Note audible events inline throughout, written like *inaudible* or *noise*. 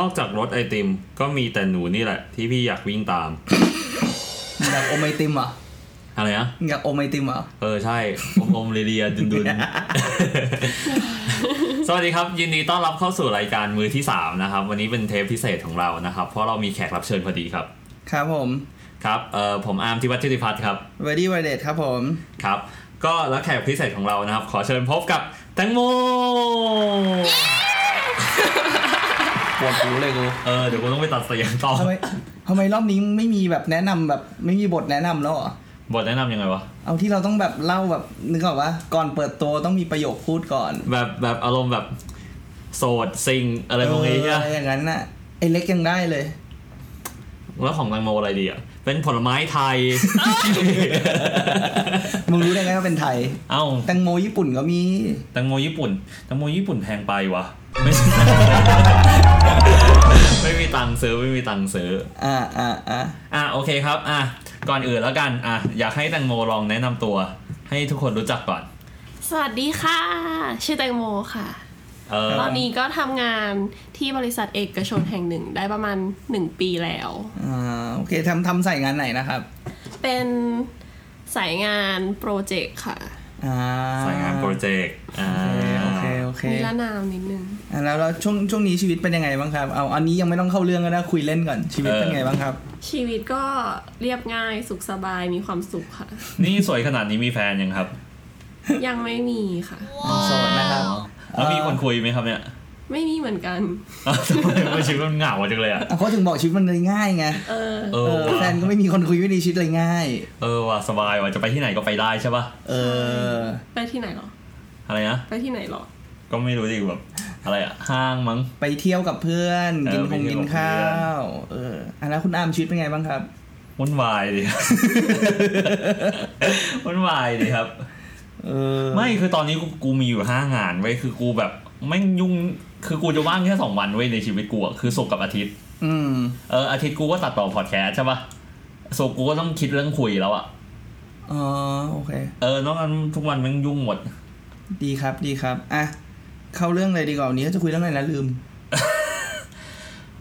อกจากรถไอติม ก็มีแต่หนูนี่แหละ ที่พี่อยากวิ่งตาม อยากอมไอติมเหรอ่ะ อะไรนะ อยากอมไอติมเหรอ่ะ เออ ใช่ อมอมเรียๆดุนดุนๆ สวัสดีครับ ยินดีต้อนรับเข้าสู่รายการมือที่ 3 นะครับ วันนี้เป็นเทปพิเศษของเรานะครับ เพราะเรามีแขกรับเชิญพอดีครับ ครับผม ครับเออผมอาร์มทิวัฒน์ชิติพัฒน์ครับ เวดี้ไวเดตครับผม ครับ ก็แล้วแขกพิเศษของเรานะครับ ขอเชิญพบกับแตงโม ปวดหูเลยกู เออ เดี๋ยวกูต้องไปตัดเสียงต่อ ทำไมทำไมรอบนี้ไม่มีแบบแนะนำแบบไม่มีบทแนะนำแล้วเหรอ่ะ บทแนะนำยังไงวะ เอาที่เราต้องแบบเล่าแบบนึกออกปะก่อนเปิดตัวต้องมีประโยคพูดก่อน แบบแบบอารมณ์แบบโสดซิงอะไรพวกนี้ใช่ไหเออม อะไรอย่างนั้นน่ะไอเล็กยังได้เลย แล้วของแตงโมอะไรดีอ่ะ เป็นผลไม้ไทย มึงรู้ได้ไงว่าเป็นไทย เอ้า แตงโมญี่ปุ่นก็มี แตังโมญี่ปุ่นแตังโมญี่ปุ่นแพงไปวะไม่ใช่ *laughs* ไม่มีตังค์ซื้อไม่มีตังค์ซื้อ อ่าอ่าอ่า อ่ะโอเคครับอ่ะก่อนอื่นแล้วกันอ่ะอยากให้แตังโมลองแนะนำตัว ให้ทุกคนรู้จักก่อน สวัสดีค่ะ ชื่อแตงโมค่ะ เออ ตอนนี้ก็ทำงานที่บริษัทเอกชนแห่งหนึ่งได้ประมาณ 1 ปีแล้ว อ่าโอเคทำทำใส่งานไหนนะครับ เป็นสายงานโปรเจกต์ค่ะ อ่า สายงานโปรเจกต์อ่า โอเคโอเค มี โอเคนละามนิดนึง อ่ะแล้วแล้วช่วงช่วงนี้ชีวิตเป็นยังไงบ้างครับเอาอันนี้ยังไม่ต้องเข้าเรื่องก็ได้คุยเล่นก่อนชีวิตเป็นไงบ้างครับ ชีวิตก็เรียบง่ายสุขสบายมีความสุขค่ะ *laughs* นี่สวยขนาดนี้มีแฟนยังครับ ยังไม่มีค่ะ โสดนะครับ แล้วมีคนคุยไหมครับเนี่ย *laughs* ไม่มีเหมือนกัน อ้าวทำไมว่าชีวิตมันเหงาจังเลยอ่ะ อ่ะเขาถึงบอกชีวิตมันเลยง่ายไง เออ เอ เอ อ อ ว่ะ แฟนก็ไม่มีคนคุยไม่ดีชีวิตเลยง่าย เออว่ะสบายว่ะจะไปที่ไหนก็ไปได้ใช่ป่ะ เออ ไปที่ไหนหรอ อะไรนะ ไปที่ไหนหรอ ก็ไม่รู้ดิแบบอะไรอ่ะห้างมั้ง ไปเที่ยวกับเพื่อน เออ กิน ไป ขง เที่ยวกักิน บเพื่อน ข้าวเอออันนั้นคุณอามชีวิตเป็นไงบ้างครับ วุ่นวายดิ *laughs* วุ่นวายดิครับ เออ ไม่คือตอนนี้กูกูมีอยู่ห้างานไว้ยคือกูแบบไม่งยุ่งคือกูจะว่างแค่สองวันไว้ยในชีวิตกูอะคือศุกร์กับอาทิตย์ อืม เอออาทิตย์กูก็ตัดต่อพอดแคสต์ใช่ปะศุกร์กูก็ต้องคิดเรื่องคุยแล้วอะ อ๋อโอเค เออนอกนั้นทุกวันแมันยุ่งหมด ดีครับดีครับอ่ะเข้าเรื่องเลยดีกว่าวันนี้จะคุยเรื่องอะไรนะลืม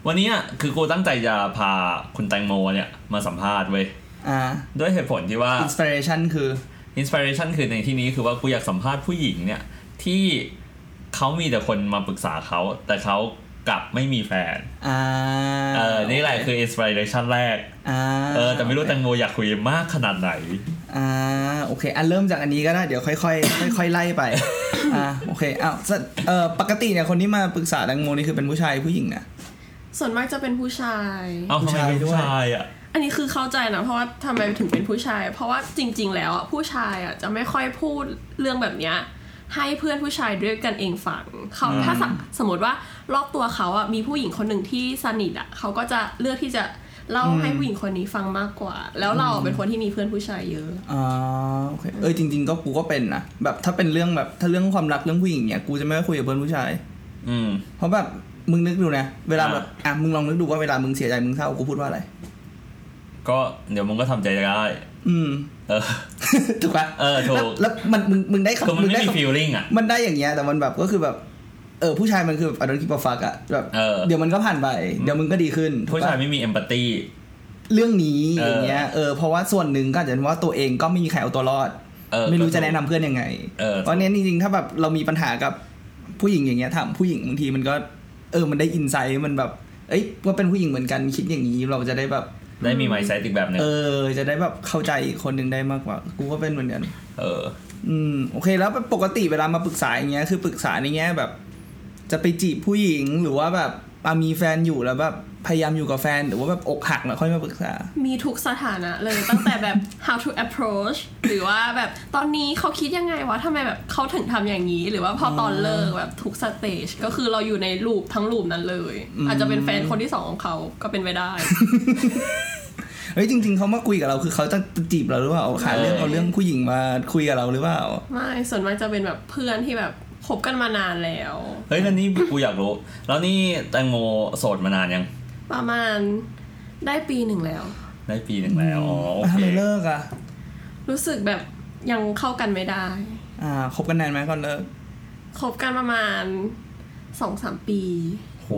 วันนี้อะคือกูตั้งใจจะพาคุณแตงโมเนี่ยมาสัมภาษณ์เว้ย อ่า ด้วยเหตุผลที่ว่า อินสปิเรชันคือ อินสปิเรชันคือในที่นี้คือว่ากูอยากสัมภาษณ์ผู้หญิงเนี่ย ที่เขามีแต่คนมาปรึกษาเขา แต่เขากลับไม่มีแฟน อ่า เออ นี่แหละคืออินสปิเรชันแรก อ่า เออ แต่ไม่รู้แตงโมอยากคุยมากขนาดไหน อ่าโอเคอันเริ่มจากอันนี้ก็ได้เดี๋ยวค่อยๆค่อยๆไล่ไปอ่าโอเคอ้าวสะเออปกติเนี่ยคนที่มาปรึกษาแตังโมนี่คือเป็นผู้ชายผู้หญิงนะ ส่วนมากจะเป็นผู้ชาย เอ้าทำไมเป็น ผู้ ผู้ ชายด้วย ชายอ่ะ อันนี้คือเข้าใจนะเพราะว่าทำไมถึงเป็นผู้ชาย เพราะว่าจริง ๆ แล้วอะผู้ชายอ่ะจะไม่ค่อยพูดเรื่องแบบเนี้ยให้เพื่อนผู้ชายด้วยกันเองฟังเขาถ้าสมสมมติว่ารอบตัวเขาอ่ะมีผู้หญิงคนหนึ่งที่สนิทอ่ะเขาก็จะเลือกที่จะเล่าให้ผู้หญิงคนนี้ฟังมากกว่า แล้วเราเป็นคนที่มีเพื่อนผู้ชายเยอะ อ๋อโอเคเออจริง ๆ ก็กูก็เป็นนะแบบถ้าเป็นเรื่องแบบถ้าเรื่องความรักเรื่องผู้หญิงเนี่ยกูจะไม่ค่อยคุยกับเพื่อนผู้ชาย อืม เพราะแบบมึงนึกดูนะเวลาแบบ อ่ะ อ่ะมึงลองนึกดูว่าเวลามึงเสียใจมึงเศร้ากูพูดว่าอะไร ก็เดี๋ยวมึงก็ทำใจได้ อืม *laughs* เออ ถูกปะ เออถูก แล้วแล้วมันมึงมึงได้ คือ คำ มันไม่ ได้ มี คำ ฟีลลิ่งอ่ะ มันได้อย่างเงี้ยแต่มันแบบก็คือแบบ เออผู้ชายมันคือแบบอดกิปฟักอะแบบ เออ ยวมันก็ผ่านไปเดี๋ยวมึงก็ดีขึ้นถูก ผู้ ปะ ชายไม่มีเอมพัตตี เรื่องนี้ เออ อ อ ย่างเงี้ยเออเพราะว่าส่วนหนึ่งก็อาจจะเป็นว่าตัวเองก็ไม่มีใครเอาตัวรอด เออ ไม่รู้จะแนะนำเพื่อนยังไง เออ ราะเนี้ยจริงๆ ถ้าแบบเรามีปัญหากับผู้หญิงอย่างเงี้ยถามผู้หญิงบางทีมันก็ เออมันได้อินไซต์มันแบบ เอ้ยว่าเป็นผู้หญิงเหมือนกันคิดอย่างนี้เราจะได้แบบ ได้มีไมซ์เซตอีกแบบหนึง เออ จะได้แบบเข้าใจอีกคนหนึ่งได้มากกว่า กูก็เป็นเหมือนกัน เออ อืมโอเคแล้วปกติเวลามาปรึกษาอย่างเงี้ยคือปรึกษาในแง่แบบ จะไปจีบผู้หญิงหรือว่าแบบอ่ะมีแฟนอยู่แล้วแบบพยายามอยู่กับแฟนหรือว่าแบบอกหักแล้วค่อยมาปรึกษา มีทุกสถานะเลยตั้งแต่แบบ how to approach หรือว่าแบบตอนนี้เขาคิดยังไงวะทำไมแบบเขาถึงทำอย่างนี้ หรือว่าพอตอนเลิกแบบทุกสเตจก็คือเราอยู่ในรูปทั้งรูปนั้นเลย อาจจะเป็นแฟนคนที่สองของเขาก็เป็นไปได้ เฮ้ยจริง ๆเขามาคุยกับเราคือเขาจะจีบเราหรือเปล่าหาเรื่อง เออ เอาเรื่องผู้หญิงมาคุยกับเราหรือเปล่า ไม่ส่วนมากจะเป็นแบบเพื่อนที่แบบคบกันมานานแล้ว เฮ้ยแล้วนี่กูอยากรู้ แล้วนี่แตงโมโสดมานานยัง ประมาณได้ปีหนึ่งแล้ว ได้ปีหนึ่งแล้ว อ๋อโอ อ่ะ เค ทำไมเลิกอ่ะ รู้สึกแบบยังเข้ากันไม่ได้ อ่าคบกันนานไหมก่อนเลิก คบกันประมาณสองสามปี โห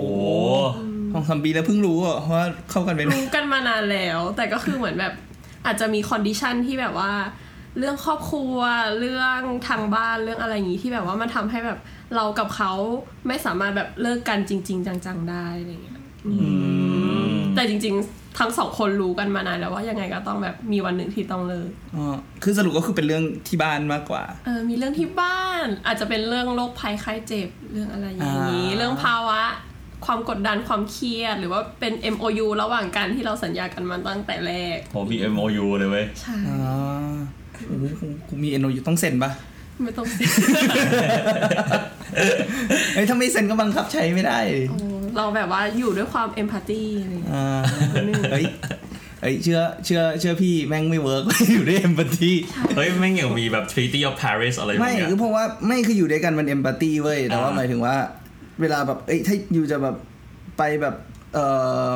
อื ม สองสามปีแล้วเพิ่งรู้อะว่าเข้ากันเป็น รู้กันมานานแล้ว แต่ก็คือเหมือนแบบ อาจจะมีคอนดิชันที่แบบว่า เรื่องครอบครัวเรื่องทางบ้านเรื่องอะไรอย่างนี้ที่แบบว่ามันทำให้แบบเรากับเขาไม่สามารถแบบเลิกกันจริง ๆ จังๆได้อะไรอย่างเงี้ยแต่จริง ๆ ทั้งสองคนรู้กันมานานแล้วว่ายังไงก็ต้องแบบมีวันหนึ่งที่ต้องเลิก อ๋อคือสรุปก็คือเป็นเรื่องที่บ้านมากกว่า เออมีเรื่องที่บ้าน อาจจะเป็นเรื่องโรคภัยไข้เจ็บเรื่องอะไรอย่างนี้ อ่า เรื่องภาวะ ความกดดันความเครียดหรือว่าเป็น MOU ระหว่างกันที่เราสัญญากันมาตั้งแต่แรก ผมมี MOU เลยเว้ย ใช่ อ๋อโอ้โหกูมีเอ็นโอยู่ต้องเซ็นปะ ไม่ต้องเสีย *laughs* เอ้ยถ้าไม่เซ็นก็บังคับใช้ไม่ได้ดิ โอ้เราแบบว่าอยู่ด้วยความเอมพัตตีอะไรอย่างเงี้ย อ่าเฮ้ยเฮ้ยเชื่อเชื่อเชื่อพี่แม่งไม่เวิร์ก *laughs* อยู่ด้วยเอมพัตตี เฮ้ย แม่งยังมีแบบ Treaty of Paris อะไรแบบ ไม่ เนี้ย คือเพราะว่าไม่คืออยู่ด้วยกันมันเอมพัตตีเว้ยแต่ว่า อ่า หมายถึงว่า เวลาแบบเอ้ยถ้าอยู่จะแบบไปแบบเอ่อ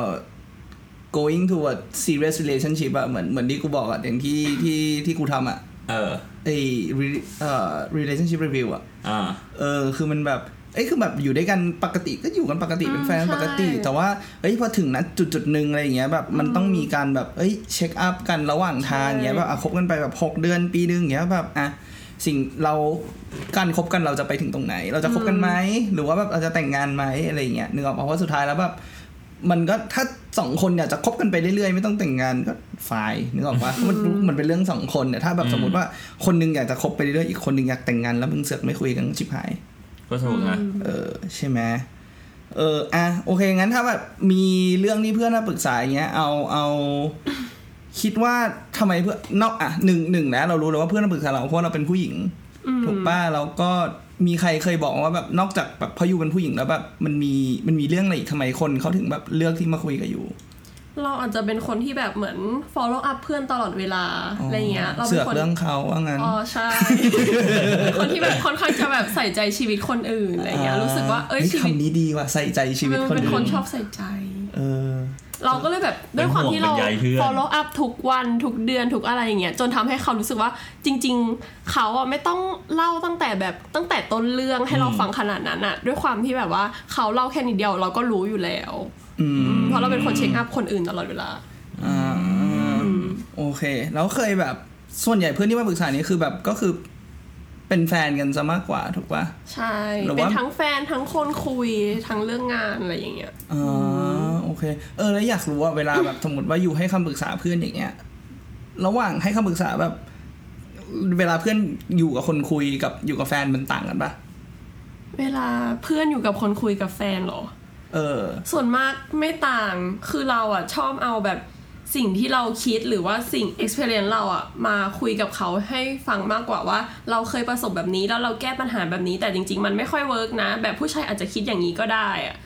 going toward serious relationship อะเหมือนเหมือนที่กูบอกอะอย่างที่ที่ที่กูทำอะ เออ ไอ้ re- เอ่อ relationship review อ่ะ อ่า เออ คือมันแบบ เอ้ย คือแบบอยู่ด้วยกันปกติก็อยู่กันปกติเป็นแฟนปกติ แต่ว่า เอ้ย พอถึงนะจุดจุดๆหนึ่งอะไรอย่างเงี้ย แบบ มันต้องมีการแบบ เอ้ย เช็คอัพกันระหว่างทางอย่างเงี้ย แบบอ่ะคบกันไปแบบ 6 เดือนปีหนึงอย่างเงี้ย แบบ อ่ะ สิ่งเรา การคบกันเราจะไปถึงตรงไหน เราจะคบกันไหม หรือว่าแบบเราจะแต่งงานไหมอะไรอย่างเงี้ย นึกออกปะเพราะว่าสุดท้ายแล้วแบบ มันก็ถ้าสองคนเนี่ยจะคบกันไปเรื่อยๆ ไม่ต้องแต่งงานก็ฝ่ายนึกออกปะมันมันเป็นเรื่องสองคนเนี่ยถ้าแบบสมมติว่าคนหนึงอยากจะคบไปเรื่อยๆอีกคนหนึงอยากแต่งงานแล้วมึงเสือกไม่คุยกันก็ชิบหาย ก็ถูกนะ เออใช่ไหมเอออ่ะโอเคงั้นถ้าแบบมีเรื่องที่เพื่อนมาปรึกษาอย่างเงี้ยเอาเอาคิดว่าทำไมเพื่อนนอกอ่ะหนึ่งหนึ่งนะเรารู้แล้วว่าเพื่อนมาปรึกษาเราเพราะเราเป็นผู้หญิงถูกป้าเราก็มีใครเคยบอกว่าแบบนอกจากแบบพออยู่เป็นผู้หญิงแล้วแบบมันมีมันมีเรื่องอะไรอีกทำไมคนเขาถึงแบบเลือกที่มาคุยกับอยู่ เราอาจจะเป็นคนที่แบบเหมือน follow up เพื่อนตลอดเวลาอะไรเงี้ย เรา เสื เป็อนก คน เรื่องเขาว่างั้น อ๋อใช่ *laughs* คนที่แบบค่อนข้างจะแบบใส่ใจชีวิตคนอื่นอะไรเงี้ยรู้สึกว่าเอ้ย ฮ้ ชีวิต คำนี้ดีว่ะใส่ใจชีวิต มัน คน เป็นค อื่ น น ชอบใส่ใจ เออ เราก็เลยแบบด้วยความที่เรา เป็นห่วงเป็นใยเพื่อน follow up ทุกวันทุกเดือนทุกอะไรอย่างเงี้ยจนทำให้เขารู้สึกว่าจริง ๆ เขาอ่ะไม่ต้องเล่าตั้งแต่แบบตั้งแต่ต้นเรื่องให้เราฟังขนาดนั้นอ่ะ ด้วยความที่แบบว่าเขาเล่าแค่นิดเดียวเราก็รู้อยู่แล้ว อืม เพราะเราเป็นคนเช็คอัพคนอื่นตลอดเวลา อ่าโอเค แล้วเคยแบบ ส่วนใหญ่เพื่อนที่มาปรึกษานี้คือแบบก็คือเป็นแฟนกันซะมากกว่าถูกปะ ใช่ หรือว่า เป็นทั้งแฟนทั้งคนคุยทั้งเรื่องงานอะไรอย่างเงี้ย อ่าโอเค เออแล้วอยากรู้ว่าเวลาแบบ สมมติว่าอยู่ให้คำปรึกษาเพื่อนอย่างเงี้ยระหว่างให้คำปรึกษาแบบ เวลาเพื่อนอยู่กับคนคุยกับอยู่กับแฟนมันต่างกันปะ เวลาเพื่อนอยู่กับคนคุยกับแฟนเหรอ เออ ส่วนมากไม่ต่าง คือเราอ่ะชอบเอาแบบสิ่งที่เราคิดหรือว่าสิ่ง experience เราอ่ะมาคุยกับเขาให้ฟังมากกว่าว่า เราเคยประสบแบบนี้แล้วเราแก้ปัญหาแบบนี้ แต่จริง ๆ มันไม่ค่อยเวิร์กนะ แบบผู้ชายอาจจะคิดอย่างนี้ก็ได้อ่ะ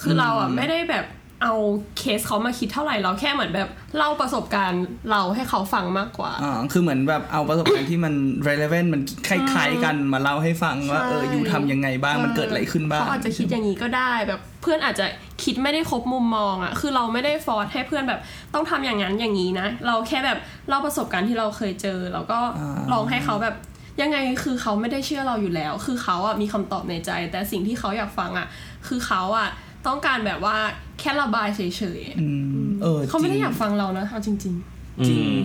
คือเราอ่ะไม่ได้แบบเอาเคสเขามาคิดเท่าไหร่เราแค่เหมือนแบบเล่าประสบการณ์เราให้เขาฟังมากกว่า อ่าคือเหมือนแบบเอาประสบการณ์ ที่มัน relevant มันคล้ายๆกันมาเล่าให้ฟังว่า ใช่ เอออยู่ทำยังไงบ้างมันเกิดอะไรขึ้นบ้าง เขาอาจจะคิดอย่างนี้ก็ได้แบบเพื่อนอาจจะคิดไม่ได้ครบมุมมองอะ่ะ คือเราไม่ได้ฟอร์สให้เพื่อนแบบต้องทำอย่างนั้นอย่างนี้นะ เราแค่แบบเล่าประสบการณ์ที่เราเคยเจอ แล้วก็ อ่า ลองให้เขาแบบยังไงคือเขาไม่ได้เชื่อเราอยู่แล้ว คือเขาอ่ะมีคำตอบในใจ แต่สิ่งที่เขาอยากฟังอ่ะ คือเขาอ่ะต้องการแบบว่าแค่ระบายเฉย อืมเออ ๆเขาไม่ได้ จริง อยากฟังเรานะเอาจริง จริง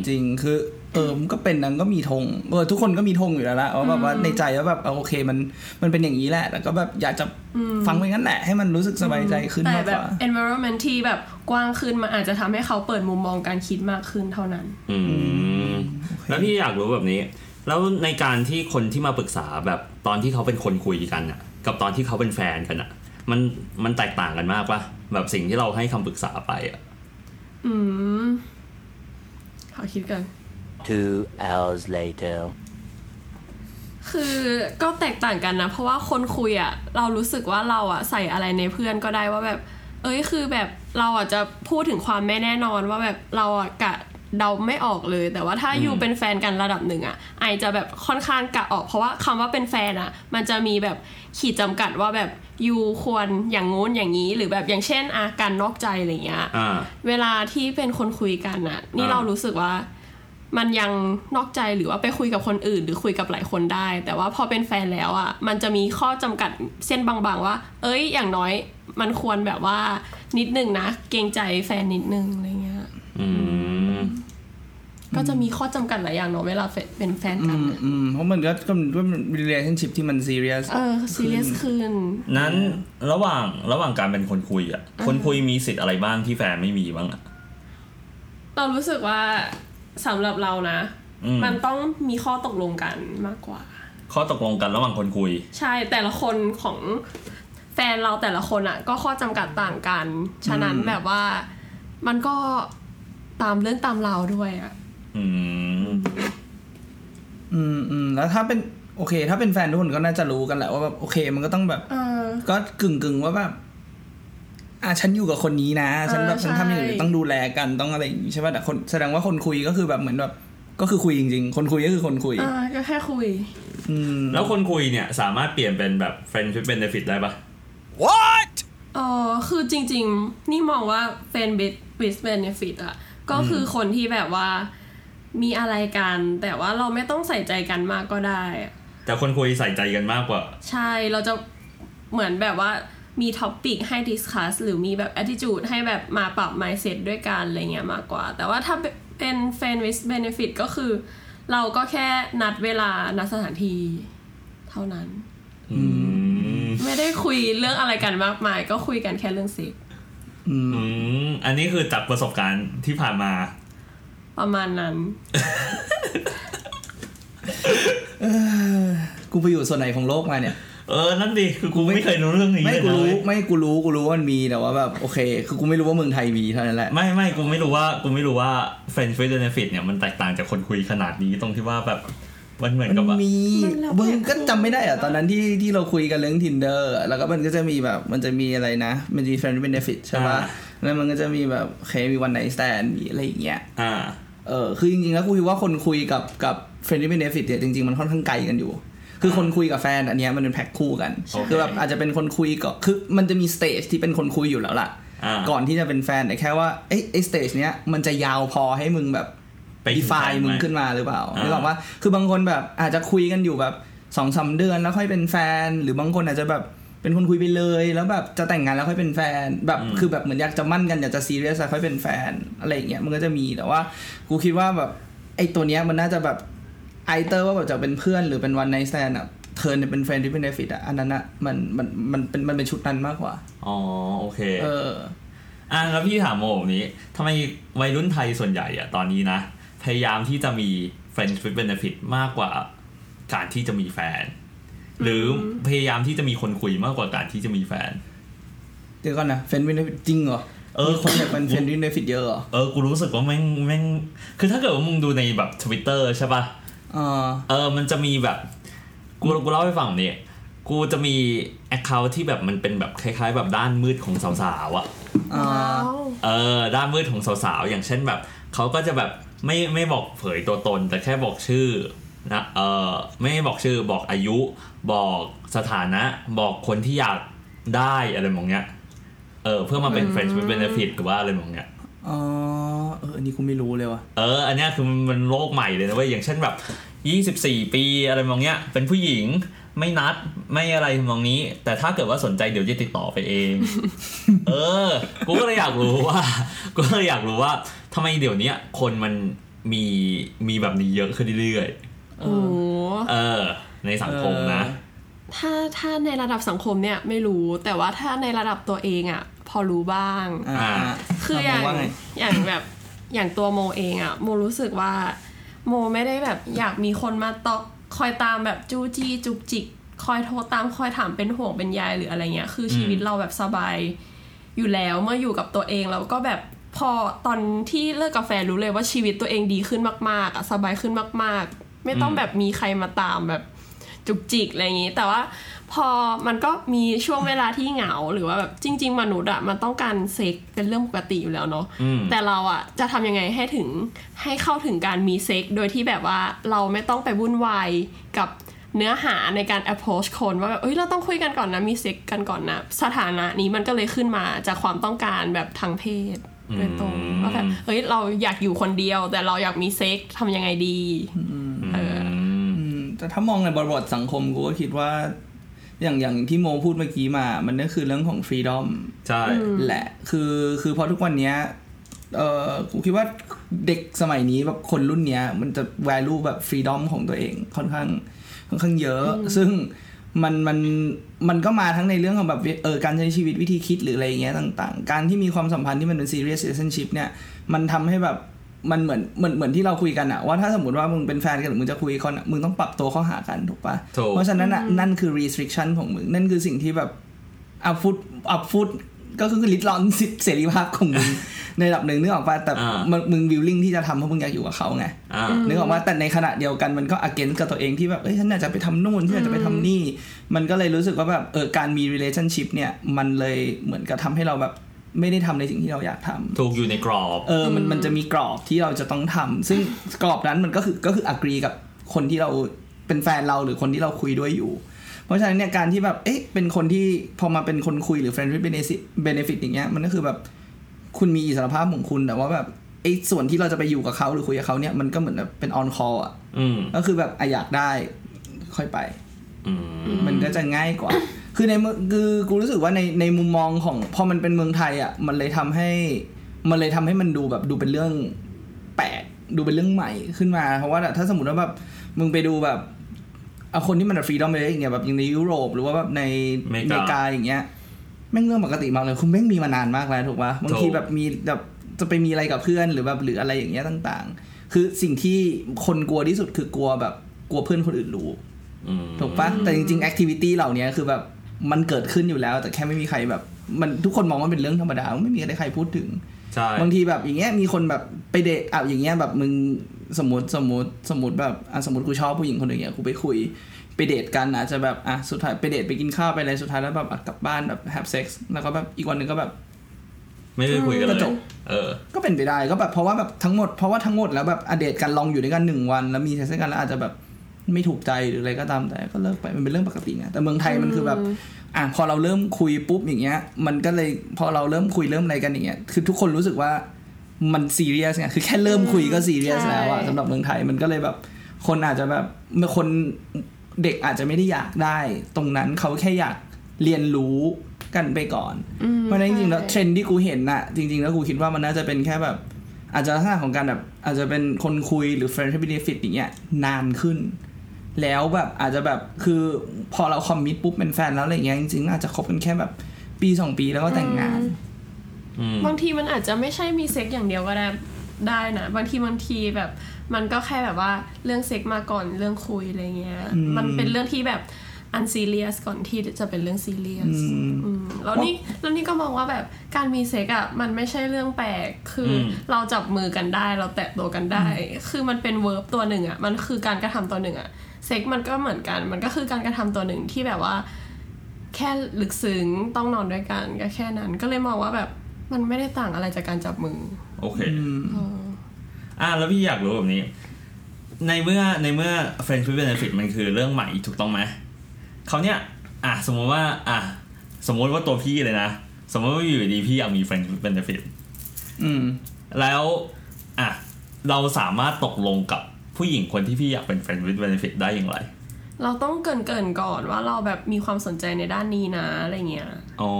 จริงคือ เออมันก็เป็นนังก็มีธงเออทุกคนก็มีธงอยู่แล้วละว่าแบบว่าในใจว่าแบบเออโอเคมันมันเป็นอย่างนี้แหละ แล้วก็แบบอยากจะฟังไปงั้นแหละให้มันรู้สึกสบายใจขึ้น ๆ แต่ มาก แบ ก บ ว่า environment ที่แบบกว้างขึ้นมันอาจจะทำให้เขาเปิดมุมมองการคิดมากขึ้นเท่านั้น อืม แล้วพี่อยากรู้แบบนี้ แล้วในการที่คนที่มาปรึกษาแบบตอนที่เขาเป็นคนคุยกันอะกับตอนที่เขาเป็นแฟนกันอะมันมันแตกต่างกันมากปะแบบสิ่งที่เราให้คำปรึกษาไปอะ อืมขอคิดกัน Two hours later. คือก็แตกต่างกันนะ เพราะว่าคนคุยอะเรารู้สึกว่าเราอะใส่อะไรในเพื่อนก็ได้ว่าแบบ เอ้ยคือแบบเราอะจะพูดถึงความไม่แน่นอนว่าแบบเราอะกะเดาไม่ออกเลย แต่ว่าถ้าอยู่เป็นแฟนกันระดับหนึ่งอะไอจะแบบค่อนข้างกะออก เพราะว่าคำว่าเป็นแฟนอะมันจะมีแบบขีดจำกัดว่าแบบอยู่ควรอย่างงู้นอย่างนี้ หรือแบบอย่างเช่นอาการนอกใจอะไรเงี้ย อ่า เวลาที่เป็นคนคุยกันน่ะ นี่ อ่า เรารู้สึกว่า มันยังนอกใจหรือว่าไปคุยกับคนอื่น หรือคุยกับหลายคนได้ แต่ว่าพอเป็นแฟนแล้วอ่ะมันจะมีข้อจำกัดเส้นบางๆว่า เอ้ยอย่างน้อยมันควรแบบว่านิดนึงนะเกรงใจแฟนนิดนึงอะไรเงี้ย อืม ก็จะมีข้อจำกัดหลายอย่างเนาะเวลาเป็นแฟน อื กัน มอืมเพราะมันก็ก็มันก็เป็น relationship ที่มันซีเรียส เออซีเรียสขึ้น นั้นระหว่างระหว่างการเป็นคนคุยอ่ะ คนคุยมีสิทธิ์อะไรบ้างที่แฟนไม่มีบ้างอ่ะ เรารู้สึกว่าสำหรับเรานะ อืม มันต้องมีข้อตกลงกันมากกว่า ข้อตกลงกันระหว่างคนคุย ใช่แต่ละคนของแฟนเราแต่ละคนอะ่ะ ก็ข้อจำกัดต่างกัน ฉะนั้น อืม แบบว่ามันก็ตามเรื่องตามเราวด้วยอะ่ะ อืม อืมอืมแล้วถ้าเป็นโอเค ถ้าเป็นแฟนทุกคนก็น่าจะรู้กันแหละว่าแบบโอเค มันก็ต้องแบบ เออ ก็กึ่งกึ่งๆว่าแบบอ่ะฉันอยู่กับคนนี้นะ ฉันแบบ เออ ฉันทำอย่างอื่ ใช่ นต้องดูแลกันต้องอะไรอย่างงี้ใช่ป่ะแต่คนแสดงว่าคนคุยก็คือแบบเหมือนแบบก็คือคุยจริง ๆ คนคุยก็คือคนคุย เออก็แค่คุย อืม แล้วคนคุยเนี่ยสามารถเปลี่ยนเป็นแบบ friendship benefit ได้ปะ What? เออคือจริงๆ นี่มองว่าแฟนบิ i เบนฟิตอ่ะ ก็คือคนที่แบบว่ามีอะไรกัน แต่ว่าเราไม่ต้องใส่ใจกันมากก็ได้อะ แต่คนคุยใส่ใจกันมากกว่า ใช่ เราจะเหมือนแบบว่ามีท็อปิกให้ดิสคัสหรือมีแบบ attitude ให้แบบมาปรับ mindset ด้วยกันอะไรเงี้ยมากกว่า แต่ว่าถ้าเป็น fan with benefit ก็คือ เราก็แค่นัดเวลา นัดสถานที่เท่านั้น อืม ไม่ได้คุยเรื่องอะไรกันมากมาย ก็คุยกันแค่เรื่องเซ็กส์ อืม อันนี้คือจากประสบการณ์ที่ผ่านมา ประมาณนั้น กูไปอยู่ส่วนไหนของโลกมาเนี่ย เออ นั่นดิ คือกูไม่เคยรู้เรื่องนี้ ไม่ เลย กู นะ รู้ เว้ย ไม่กูรู้กูรู้ว่ามันมีแต่ว่าแบบโอเค คือกูไม่รู้ว่าเมืองไทยมีเท่านั้นแหละ ไม่ไม่กูไม่รู้ว่ากูไม่รู้ว่า friendship benefit เนี่ยมันแตกต่างจากคนคุยขนาดนี้ตรงที่ว่าแบบมันเหมือนกับ มั ว่า นมี มันแล้วแต่ มึงก็จำไม่ได้อะ คน ตอนนั้นที่ที่เราคุยกันเรื่อง tinder อะแล้วก็มันก็จะมีแบบมันจะมีอะไรนะ มันจะมี friend benefit ใช่ปะ อ่า แล้วมันก็จะมีแบบโอเคมี one night stand มีอะไรอย่างเงี้ย อ่า เออคือจริงๆแล้วกูคิดว่าคนคุยกับกับ friend benefit เนี่ยจริงๆมันค่อนข้างไกลกันอยู่ คือคนคุยกับแฟนอันเนี้ยมันเป็นแพ็คคู่กัน โอเค คือแบบอาจจะเป็นคนคุยก็คือมันจะมีสเตจที่เป็นคนคุยอยู่แล้วล่ะ อ่า ก่อนที่จะเป็นแฟนแต่แค่ว่าเอ้ยไอ้สเตจเนี้ยมันจะยาวพอให้มึงแบบ ไปถึ ดี ง ฟา แฟ ย น มึง ไห ขึ้นมาหรือเปล่า อ่า หรือบอกว่า คือบางคนแบบอาจจะคุยกันอยู่แบบสองสามเดือนแล้วค่อยเป็นแฟน หรือบางคนอาจจะแบบเป็นคนคุยไปเลย แล้วแบบจะแต่งงานแล้วค่อยเป็นแฟน แบบคือแบบเหมือนอยากจะมั่นกันอยากจะซีเรียสแล้วค่อยเป็นแฟนอะไรอย่างเงี้ยมันก็จะมีแต่ว่า กูคิดว่าแบบไอ้ตัวเนี้ยมันน่าจะแบบไอเตอร์ว่าแบบจะเป็นเพื่อนหรือเป็นวันไนแซนอะเทิร์นเป็นแฟนที่เป็นเดฟิตอะอันนั้นอะมันมันมันเป็นมันเป็นชุดนั้นมากกว่า อ๋อโอเค เออ อ่ะแล้วพี่ถามโมแบบนี้ทำไมวัยรุ่นไทยส่วนใหญ่อะตอนนี้นะ พยายามที่จะมี friends with benefit มากกว่าการที่จะมีแฟน หรืออพยายามที่จะมีคนคุยมากกว่าการที่จะมีแฟน เดี๋ยวก่อนนะแฟนวินจริงเหรอ เออ มีคนอยากเป็นแฟนวินเดฟิตเยอะเหรอ เออ กูรู้สึกว่าแม่งแม่ง คือถ้าเกิดว่ามึงดูในแบบ Twitter ใช่ปะ่ะ อ่า เออ มันจะมีแบบ กูกูเล่าให้ฟังนี่กูจะมี Account ที่แบบมันเป็นแบบคล้าย ๆ แบบด้านมืดของสาวๆอะ อ่า เออด้านมืดของสาวๆ อย่างเช่นแบบเขาก็จะแบบไม่ไม่บอกเผยตัวตน แต่แค่บอกชื่อนะเออไม่ให้บอกชื่อบอกอายุ บอกสถานะ บอกคนที่อยากได้อะไรมองเนี้ยเออเพื่อมาเป็น friends with benefit หรือว่าอะไรมองเนี้ย อ๋อเอออันนี้กูไม่รู้เลยว่ะ เอออันเนี้ยคือมันมันโลกใหม่เลยนะเว้ยอย่างเช่นแบบ 24 ปีอะไรมองเนี้ยเป็นผู้หญิงไม่นัดไม่อะไรมองนี้ แต่ถ้าเกิดว่าสนใจเดี๋ยวจะติดต่อไปเอง *laughs* เออ กูก็เลยอยากรู้ว่า *laughs* กูก็เลยอยากรู้ว่าทำไมเดี๋ยวเนี้ยคนมันมีมีแบบนี้เยอะขึ้นเรื่อย โอ้โห ๆ เออ ในสังคมนะ ถ้าถ้าในระดับสังคมเนี่ยไม่รู้ แต่ว่าถ้าในระดับตัวเองอ่ะ พอรู้บ้าง อ่า อ่า คืออ เา ย่าง ว่าไง อย่างแบบอย่างตัวโมเองอะโมรู้สึกว่า โมไม่ได้แบบอยากมีคนมาตอกคอยตามแบบจู้จี้จุกจิก คอยโทรตามคอยถามเป็นห่วงเป็นใยหรืออะไรเงี้ย คือชีวิตเราแบบสบายอยู่แล้วเมื่ออยู่กับตัวเองแล้วก็แบบพอตอนที่เลิกกาแฟนรู้เลยว่าชีวิตตัวเองดีขึ้นมากๆอะสบายขึ้นมาก ๆ ไม่ต้อง อืม แบบมีใครมาตามแบบ จุกจิกอะไรอย่างนี้ แต่ว่าพอมันก็มีช่วงเวลาที่เหงา หรือว่าแบบจริง ๆ มนุษย์อะมันต้องการเซ็กเป็นเรื่องปกติอยู่แล้วเนาะ อืม แต่เราอะจะทำยังไงให้ถึงให้เข้าถึงการมีเซ็กโดยที่แบบว่าเราไม่ต้องไปวุ่นวายกับเนื้อหาในการ approach คนว่าแบบเอ้ยเราต้องคุยกันก่อนนะมีเซ็กกันก่อนนะ สถานะนี้มันก็เลยขึ้นมาจากความต้องการแบบทางเพศ โดยตรงว่าแบบเฮ้ยเราอยากอยู่คนเดียว แต่เราอยากมีเซ็กทำยังไงดี เออ อืมแต่ถ้ามองในบริบทสังคมกูก็คิดว่า อย่างอย่างที่โมพูดเมื่อกี้มา มันก็คือเรื่องของฟรีดอม ใช่ แหละ คือคือเพราะทุกวันเนี้ยเออกูคิดว่าเด็กสมัยนี้แบบคนรุ่นเนี้ย มันจะ value แบบฟรีดอมของตัวเองค่อนข้างค่อนข้างเยอะ ซึ่งมันมันมันก็มาทั้งในเรื่องของแบบเออการใช้ชีวิตวิธีคิดหรืออะไรอย่างเงี้ยต่าง ๆ การที่มีความสัมพันธ์ที่มันเป็น serious relationship เนี่ย มันทำให้แบบมันเหมือนเหมือนเหมือนที่เราคุยกันอะว่าถ้าสมมติว่ามึงเป็นแฟนกันหรือมึงจะคุยคนอะมึงต้องปรับตัวเข้าหากันถูกปะ ถูก เพราะฉะนั้นอะนั่นคือ restriction ของมึงนั่นคือสิ่งที่แบบ อัพฟุตอัพฟุตก็คือลิดรอน *laughs* สิทธิเสรีภาพของ *laughs* มึง ในระดับหนึ่งนึกออกป่ะแต่ อ่ามั นมึงวิลลิ่งที่จะทำเพราะมึงอยากอยู่กับเขาไง อ่า นึกออกว่าแต่ในขณะเดียวกันมันก็อ g a i n s t กับตัวเองที่แบบเอ้ยฉันอยากจะไปทำนู่นฉันอยากจะไปทำนี่ มันก็เลยรู้สึกว่าแบบเออการมี relationship เนี่ย มันเลยเหมือนกับทำให้เราแบบไม่ได้ทำในสิ่งที่เราอยากทำ ถูกอยู่ในกรอบ เออ มัน มันจะมีกรอบที่เราจะต้องทำ *laughs* ซึ่งกรอบนั้นมันก็คือ ก็คืออักรีกับคนที่เราเป็นแฟนเราหรือคนที่เราคุยด้วยอยู่ เพราะฉะนั้นเนี่ย การที่แบบ เอ๊ะ เป็นคนที่พอมาเป็นคนคุยหรือ friend with benefit benefit อย่างเงี้ย มันก็คือแบบ คุณมีอิสรภาพของคุณ แต่ว่าแบบไอ้ส่วนที่เราจะไปอยู่กับเขาหรือคุยกับเขาเนี่ย มันก็เหมือนแบบเป็น on call อ่ะ อืม ก็คือแบบอะอยากได้ ค่อยไป อืม มันก็จะง่ายกว่า คือในเมืองคือกูรู้สึกว่าในในมุมมองของพอมันเป็นเมืองไทยอ่ะ มันเลยทำให้ มันเลยทำให้มันดูแบบดูเป็นเรื่องแปลก ดูเป็นเรื่องใหม่ขึ้นมา เพราะว่าแบบถ้าสมมติว่าแบบมึงไปดูแบบเอาคนที่มันฟรีดอมไปเลยอย่างเงี้ยแบบอย่างในยุโรปหรือว่าแบบใน อเมริกา อเมริกาอย่างเงี้ย แม่งเรื่องปกติมากเลยคุณแม่งมีมานานมากแล้วถูกปะบางทีแบบมีแบบจะไปมีอะไรกับเพื่อนหรือแบบหรืออะไรอย่างเงี้ยต่าง ๆ คือสิ่งที่คนกลัวที่สุดคือกลัวแบบกลัวเพื่อนคนอื่นรู้ อืม ถูกปะแต่จริงๆแอคทิวิตี้เหล่านี้คือแบบมันเกิดขึ้นอยู่แล้ว แต่แค่ไม่มีใครแบบ มันทุกคนมองว่าเป็นเรื่องธรรมดาไม่มีใครใครพูดถึง ใช่ บางทีแบบอย่างเงี้ยมีคนแบบไปเดทอ่ะอย่างเงี้ยแบบมึงสมมติสมมติสมมติแบบอ่ะสมมติกูชอบผู้หญิงคนหนึ่งอย่างกูไปคุย ไปเดทกันอาจจะแบบอ่ะสุดท้ายไปเดทไปกินข้าวไปอะไรสุดท้ายแล้วแบบอ่ะกลับบ้านแบบ have sex แล้วก็แบบอีกวันหนึ่งก็แบบ ไม่ได้คุยกันเล กระจ ย ก เออ ก็เป็นไปได้ก็แบบเพราะว่าแบบทั้งหมดเพราะว่าทั้งหมดแล้วแบบอะเดทกันลองอยู่ด้วยกันหนึ่งวัน แล้วมีเซ็กซ์กันแล้วอาจจะแบบไม่ถูกใจหรืออะไรก็ตามแต่ก็เลิกไปมันเป็นเรื่องปกติไงแต่เมืองไทยมันคือแบบอ่ะพอเราเริ่มคุยปุ๊บอย่างเงี้ย มันก็เลยพอเราเริ่มคุยเริ่มอะไรกันอย่างเงี้ยคือทุกคนรู้สึกว่ามันซีเรียสไงคือแค่เริ่มคุยก็ซีเรียส ใช่ แล้วอะสำหรับเมืองไทยมันก็เลยแบบ คนอาจจะแบบคนเด็กอาจจะไม่ได้อยากได้ ตรงนั้นเขาแค่อยากเรียนรู้กันไปก่อน เพราะฉะนั้นจริงๆแล้วเทรนด์ที่กูเห็นน่ะจริงๆแล้วกูคิดว่ามันน่าจะเป็นแค่แบบ อาจจะลักษณะของการแบบอาจจะเป็นคนคุยหรือ friend benefit อย่างเงี้ยนานขึ้น แล้วแบบอาจจะแบบคือพอเราคอมมิตปุ๊บเป็นแฟนแล้วอะไรเงี้ยจริงๆอาจจะคบกันแค่แบบปีสองปีแล้วก็แต่งงาน อืม บางทีมันอาจจะไม่ใช่มีเซ็กอย่างเดียวก็ได้ได้นะบางทีบางทีแบบ มันก็แค่แบบว่าเรื่องเซ็กมาก่อนเรื่องคุยอะไรเงี้ย มันเป็นเรื่องที่แบบอันซีเรียสก่อนที่จะเป็นเรื่องซีเรียสอืมแล้วนี่แล้วนี่ก็มองว่าแบบการมีเซ็กอ่ะมันไม่ใช่เรื่องแปลกคืออ ม เราจับมือกันได้เราแตะตัวกันได้ คือมันเป็นเวิร์บตัวหนึ่งอ่ะมันคือการกระทำตัวหนึ่งอ่ะเซ็กมันก็เหมือนกัน มันก็คือการกระทำตัวหนึ่งที่แบบว่า แค่ลึกซึ้งต้องนอนด้วยกันก็แค่นั้นก็เลยมองว่าแบบมันไม่ได้ต่างอะไรจากการจับมือ โอเคอ่าแล้วพี่อยากรู้แบบนี้ ในเมื่อในเมื่อ friend with benefit มันคือเรื่องใหม่ถูกต้องไหมเขาเนี่ย อ่ะสมมติว่า อ่ะสมมติว่าตัวพี่เลยนะ สมมติว่าอยู่ดีพี่อยากมี friend with benefit อืม แล้ว อ่ะ เราสามารถตกลงกับผู้หญิงคนที่พี่อยากเป็น friend with benefit ได้อย่างไร เราต้องเกรินเกินๆก่อนว่าเราแบบมีความสนใจในด้านนี้นะอะไรเงี้ย อ๋อ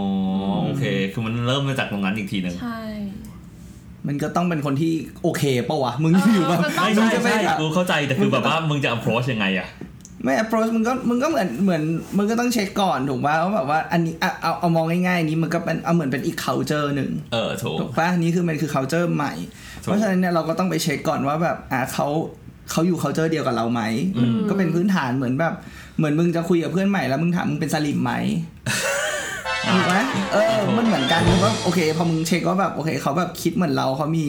โอเค คือมันเริ่มมาจากตรงนั้นอีกทีหนึ่ง ใช่ มันก็ต้องเป็นคนที่โอเคปะวะมึงอยู่แบบ ไม่ใช่ มึงจะไป ใช่ แบบ กูเข้าใจแต่คือแบบว่ามึงจะ approach ยังไงอะ ไม่ approach มึงก็มึงก็เหมือนเหมือนมึงก็ต้องเช็คก่อนถูกป่ะว่าแบบว่าอันนี้อ่ะเอาเอามองง่ายๆอันนี้มันก็เป็นเอาเหมือนเป็นอีก culture หนึ่ง เออถูก ถูกป่ะนี่คือมันคือ culture ใหม่ เพราะฉะนั้นเนี่ยเราก็ต้องไปเช็คก่อนว่าแบบอ่าเขาเขาอยู่ culture เดียวกับเราไหมมันก็เป็นพื้นฐานเหมือนแบบ เหมือนมึงจะคุยกับเพื่อนใหม่แล้วมึงถามมึงเป็นสลิม *laughs* ไหมถูกไหมเออ มันเหมือนกันมันก็โอเค พอมึงเช็คว่าแบบโอเค เขาแบบคิดเหมือนเราเขามี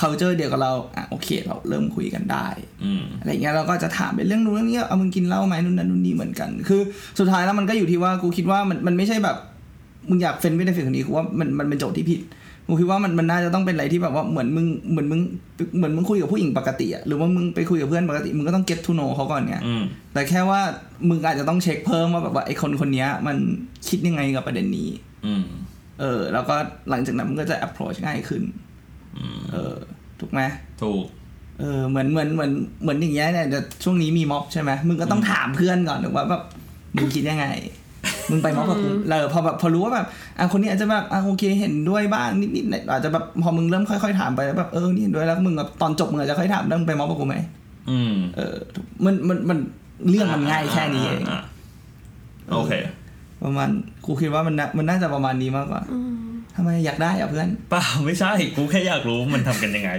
culture เดียวกับเราอ่ะโอเค เราเริ่มคุยกันได้ อืม อะไรเงี้ยเราก็จะถามเป็นเรื่องนู้นเรื่องนี้เอามึงกินเหล้าไหมนู่นนั่นนู่นนี่เหมือนกัน คือสุดท้ายแล้วมันก็อยู่ที่ว่ากูคิดว่ามันมันไม่ใช่แบบมึงอยากเฟ้นไม่ได้เฟ้นคนนี้กูว่ามันมันเป็นโจทย์ที่ผิดกูคิดว่ามันมันน่าจะต้องเป็นอะไรที่แบบว่าเหมือนมึงเหมือนมึงเหมือนมึงคุยกับผู้หญิงปกติอะหรือว่ามึงไปคุยกับเพื่อนปกติมึงก็ต้องเก็ตทูโนเขาก่อนไง อืม แต่แค่ว่ามึงอาจจะต้องเช็คเพิ่มว่าแบบว่าไอ้คนคนเนี้ยมันคิดยังไงกับประเด็นนี้ อืม เออแล้วก็หลังจากนั้นมันก็จะ approach ง่ายขึ้น เออถูกไหม ถูก เออเหมือนเหมือนเหมือนเหมือนอย่างเงี้ยเนี่ยจะช่วงนี้มีม็อบใช่ไหมมึงก็ต้องถามเพื่อนก่อนถูกว่าแบบมึงคิดยังไง มึงไปม็อบกับกูเออพอแบบพอรู้ว่าแบบอ่ะคนนี้อาจจะแบบอ่ะโอเคเห็นด้วยบ้างนิดนิดๆอาจจะแบบพอมึงเริ่มค่อยๆถามไปแล้วแบบเออนี่เห็นด้วยแล้วมึงแบบตอนจบมึงอาจจะค่อยถามแล้วมึงไปม็อบกับกูไหม อืม เออถูกมันมันมันเรื่องมันง่ายแค่นี้เอง าโอเค ประมาณกูคิดว่ามันน่ามันน่าจะประมาณนี้มากกว่าทำไมอยากได้อ่ะเพื่อน เปล่าไม่ใช่ กูแค่อยากรู้มันทำกันยังไง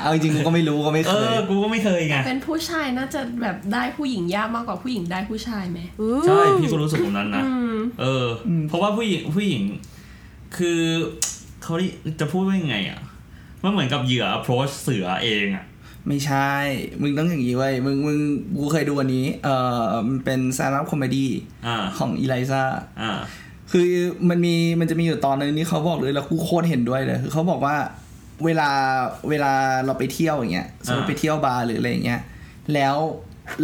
เอาจริงๆกูก็ไม่รู้ก็ไม่ เอ เคย อ กูก็ไม่เคยไง เป็นผู้ชายน่าจะแบบได้ผู้หญิงยากมากกว่าผู้หญิงได้ผู้ชายไหม ใช่ พี่ก็รู้สึกแบบนั้นนะ เอออ เพราะว่าผู้หญิงผู้หญิง คือ เขาเรียกจะพูดว่ายังไงอ่ะ มันเหมือนกับเหยื่อ approach เสือเองอ่ะ ไม่ใช่ มึงต้องอย่างนี้เว้ย มึง มึง กูเคยดูอันนี้ เอ่อมันเป็นซาร์ d คอมเมดี้ อ่า ของอีไลซา อ่า คือมันมี มันจะมีอยู่ตอนนึงนี่เขาบอกเลยแล้วกูโคตรเห็นด้วยเลย คือเขาบอกว่าเวลา เวลาเราไปเที่ยวอย่างเงี้ย สมมติ อ่า ไปเที่ยวบาร์หรืออะไรอย่างเงี้ย แล้ว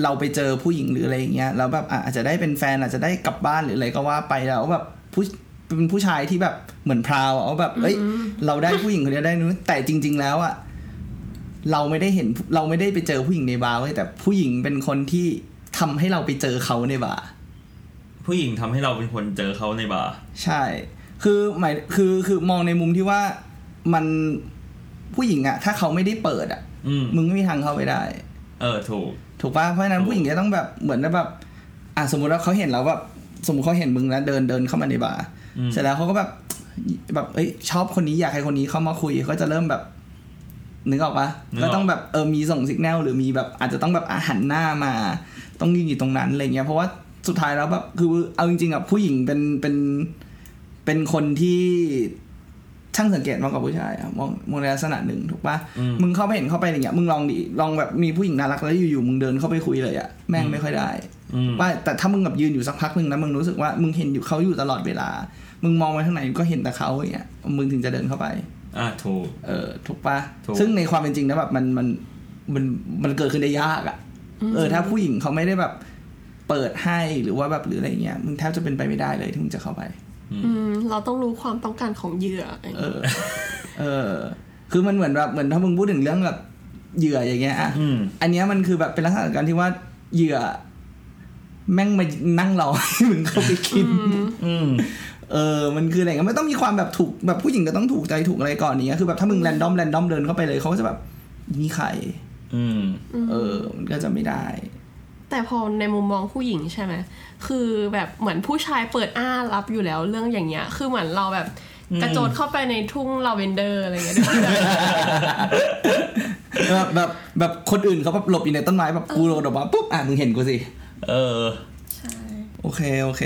เราไปเจอผู้หญิงหรืออะไรอย่างเงี้ย แล้วแบบอ่ะอาจจะได้เป็นแฟนอาจจะได้กลับบ้านหรืออะไรก็ว่าไปแล้วแบบผู้เป็นผู้ชายที่แบบเหมือนพราวอ่ะว่าแบบเอ้ย เราได้ผู้หญิงคนนี้ได้นู้นแต่จริง ๆ แล้วอ่ะ เราไม่ได้เห็นเราไม่ได้ไปเจอผู้หญิงในบาร์เว้ยแต่ผู้หญิงเป็นคนที่ทำให้เราไปเจอเขาในบาร์ ผู้หญิงทำให้เราเป็นคนเจอเขาในบาร์ ใช่ คือหมายคือคือมองในมุมที่ว่ามันผู้หญิงอะถ้าเขาไม่ได้เปิดอะ อืม มึงไม่มีทางเข้าไปได้ เออ ถูก ถูกป่ะเพราะฉะนั้น ถูก ผู้หญิงจะต้องแบบเหมือนแบบอ่ะสมมุติว่าเขาเห็นเราแบบสมมติเขาเห็นมึงแล้วเดินเดินเข้ามาในบาร์เสร็จแล้วเขาก็แบบแบบเอ้ยชอบคนนี้อยากให้คนนี้เข้ามาคุยเขาจะเริ่มแบบนึกออกปะก็ต้องแบบเออมีส่งสัญญาณหรือมีแบบอาจจะต้องแบบอาหันหน้ามา ต้องยืนอยู่ตรงนั้นอะไรเงี้ยเพราะว่าสุดท้ายแล้วแบบคือเอาจริงๆอ่ะผู้หญิงเป็นเป็นเป็นคนที่ช่างสังเกตมากกว่าผู้ชายอ่ะมองมองในลักษณะหนึ่งถูกปะมึงเข้าไปเห็นเข้าไปอย่างเงี้ยมึงลองดิลองแบบมีผู้หญิงน่ารักแล้วอยู่ๆมึงเดินเข้าไปคุยเลยอ่ะแม่งไม่ค่อยได้ อืม ว่าแต่ถ้ามึงแบบยืนอยู่สักพักหนึ่งแล้วมึงรู้สึกว่ามึงเห็นอยู่เขาอยู่ตลอดเวลา มึงมองไปทางไหนก็เห็นแต่เขาอย่างเงี้ยมึงถึงจะเดินเข้าไป อ่า ถูก เออถูกปะ ถูก ซึ่งในความเป็นจริงนะแบบมันมันมันมันเกิดขึ้นได้ยากอะ่ะ เออถ้าผู้หญิงเขาไม่ได้แบบเปิดให้หรือว่าแบบหรืออะไรเงี้ยมึงแทบจะเป็นไปไม่ได้เลยที่มึงจะเข้าไป อืมเราต้องรู้ความต้องการของเหยื่ออะไรอย่างเงี้ย เออ เออ คือมันเหมือนแบบเหมือนถ้ามึงพูดถึงเรื่องแบบเหยื่ออย่างเงี้ยอ่ะ อืม อันเนี้ยมันคือแบบเป็นลักษณะการที่ว่าเหยื่อ แม่งมานั่งรอให้มึงเข้าไปกิน อืม เออ มันคืออะไรเงี้ยมันต้องมีความแบบถูกแบบผู้หญิงก็ต้องถูกใจถูกอะไรก่อนอย่างเนี้ยคือแบบถ้ามึงแรนดอมแรนดอมเดินเข้าไปเลยเขาก็จะแบบนี่ใคร อืม เออ มันก็จะไม่ได้ แต่พอในมุมมองผู้หญิงใช่ไหม คือแบบเหมือนผู้ชายเปิดอ้ารับอยู่แล้วเรื่องอย่างเงี้ย คือเหมือนเราแบบกระโจนเข้าไปในทุ่งลาเวนเดอร์อะไรเงี้ยด้วยแบบ แบบแบบแบบคนอื่นเขาแบบหลบอยู่ในต้นไม้แบบกูโดดออกมาปุ๊บ อ่ะ มึงเห็นกูสิ เออ โอเค โอเค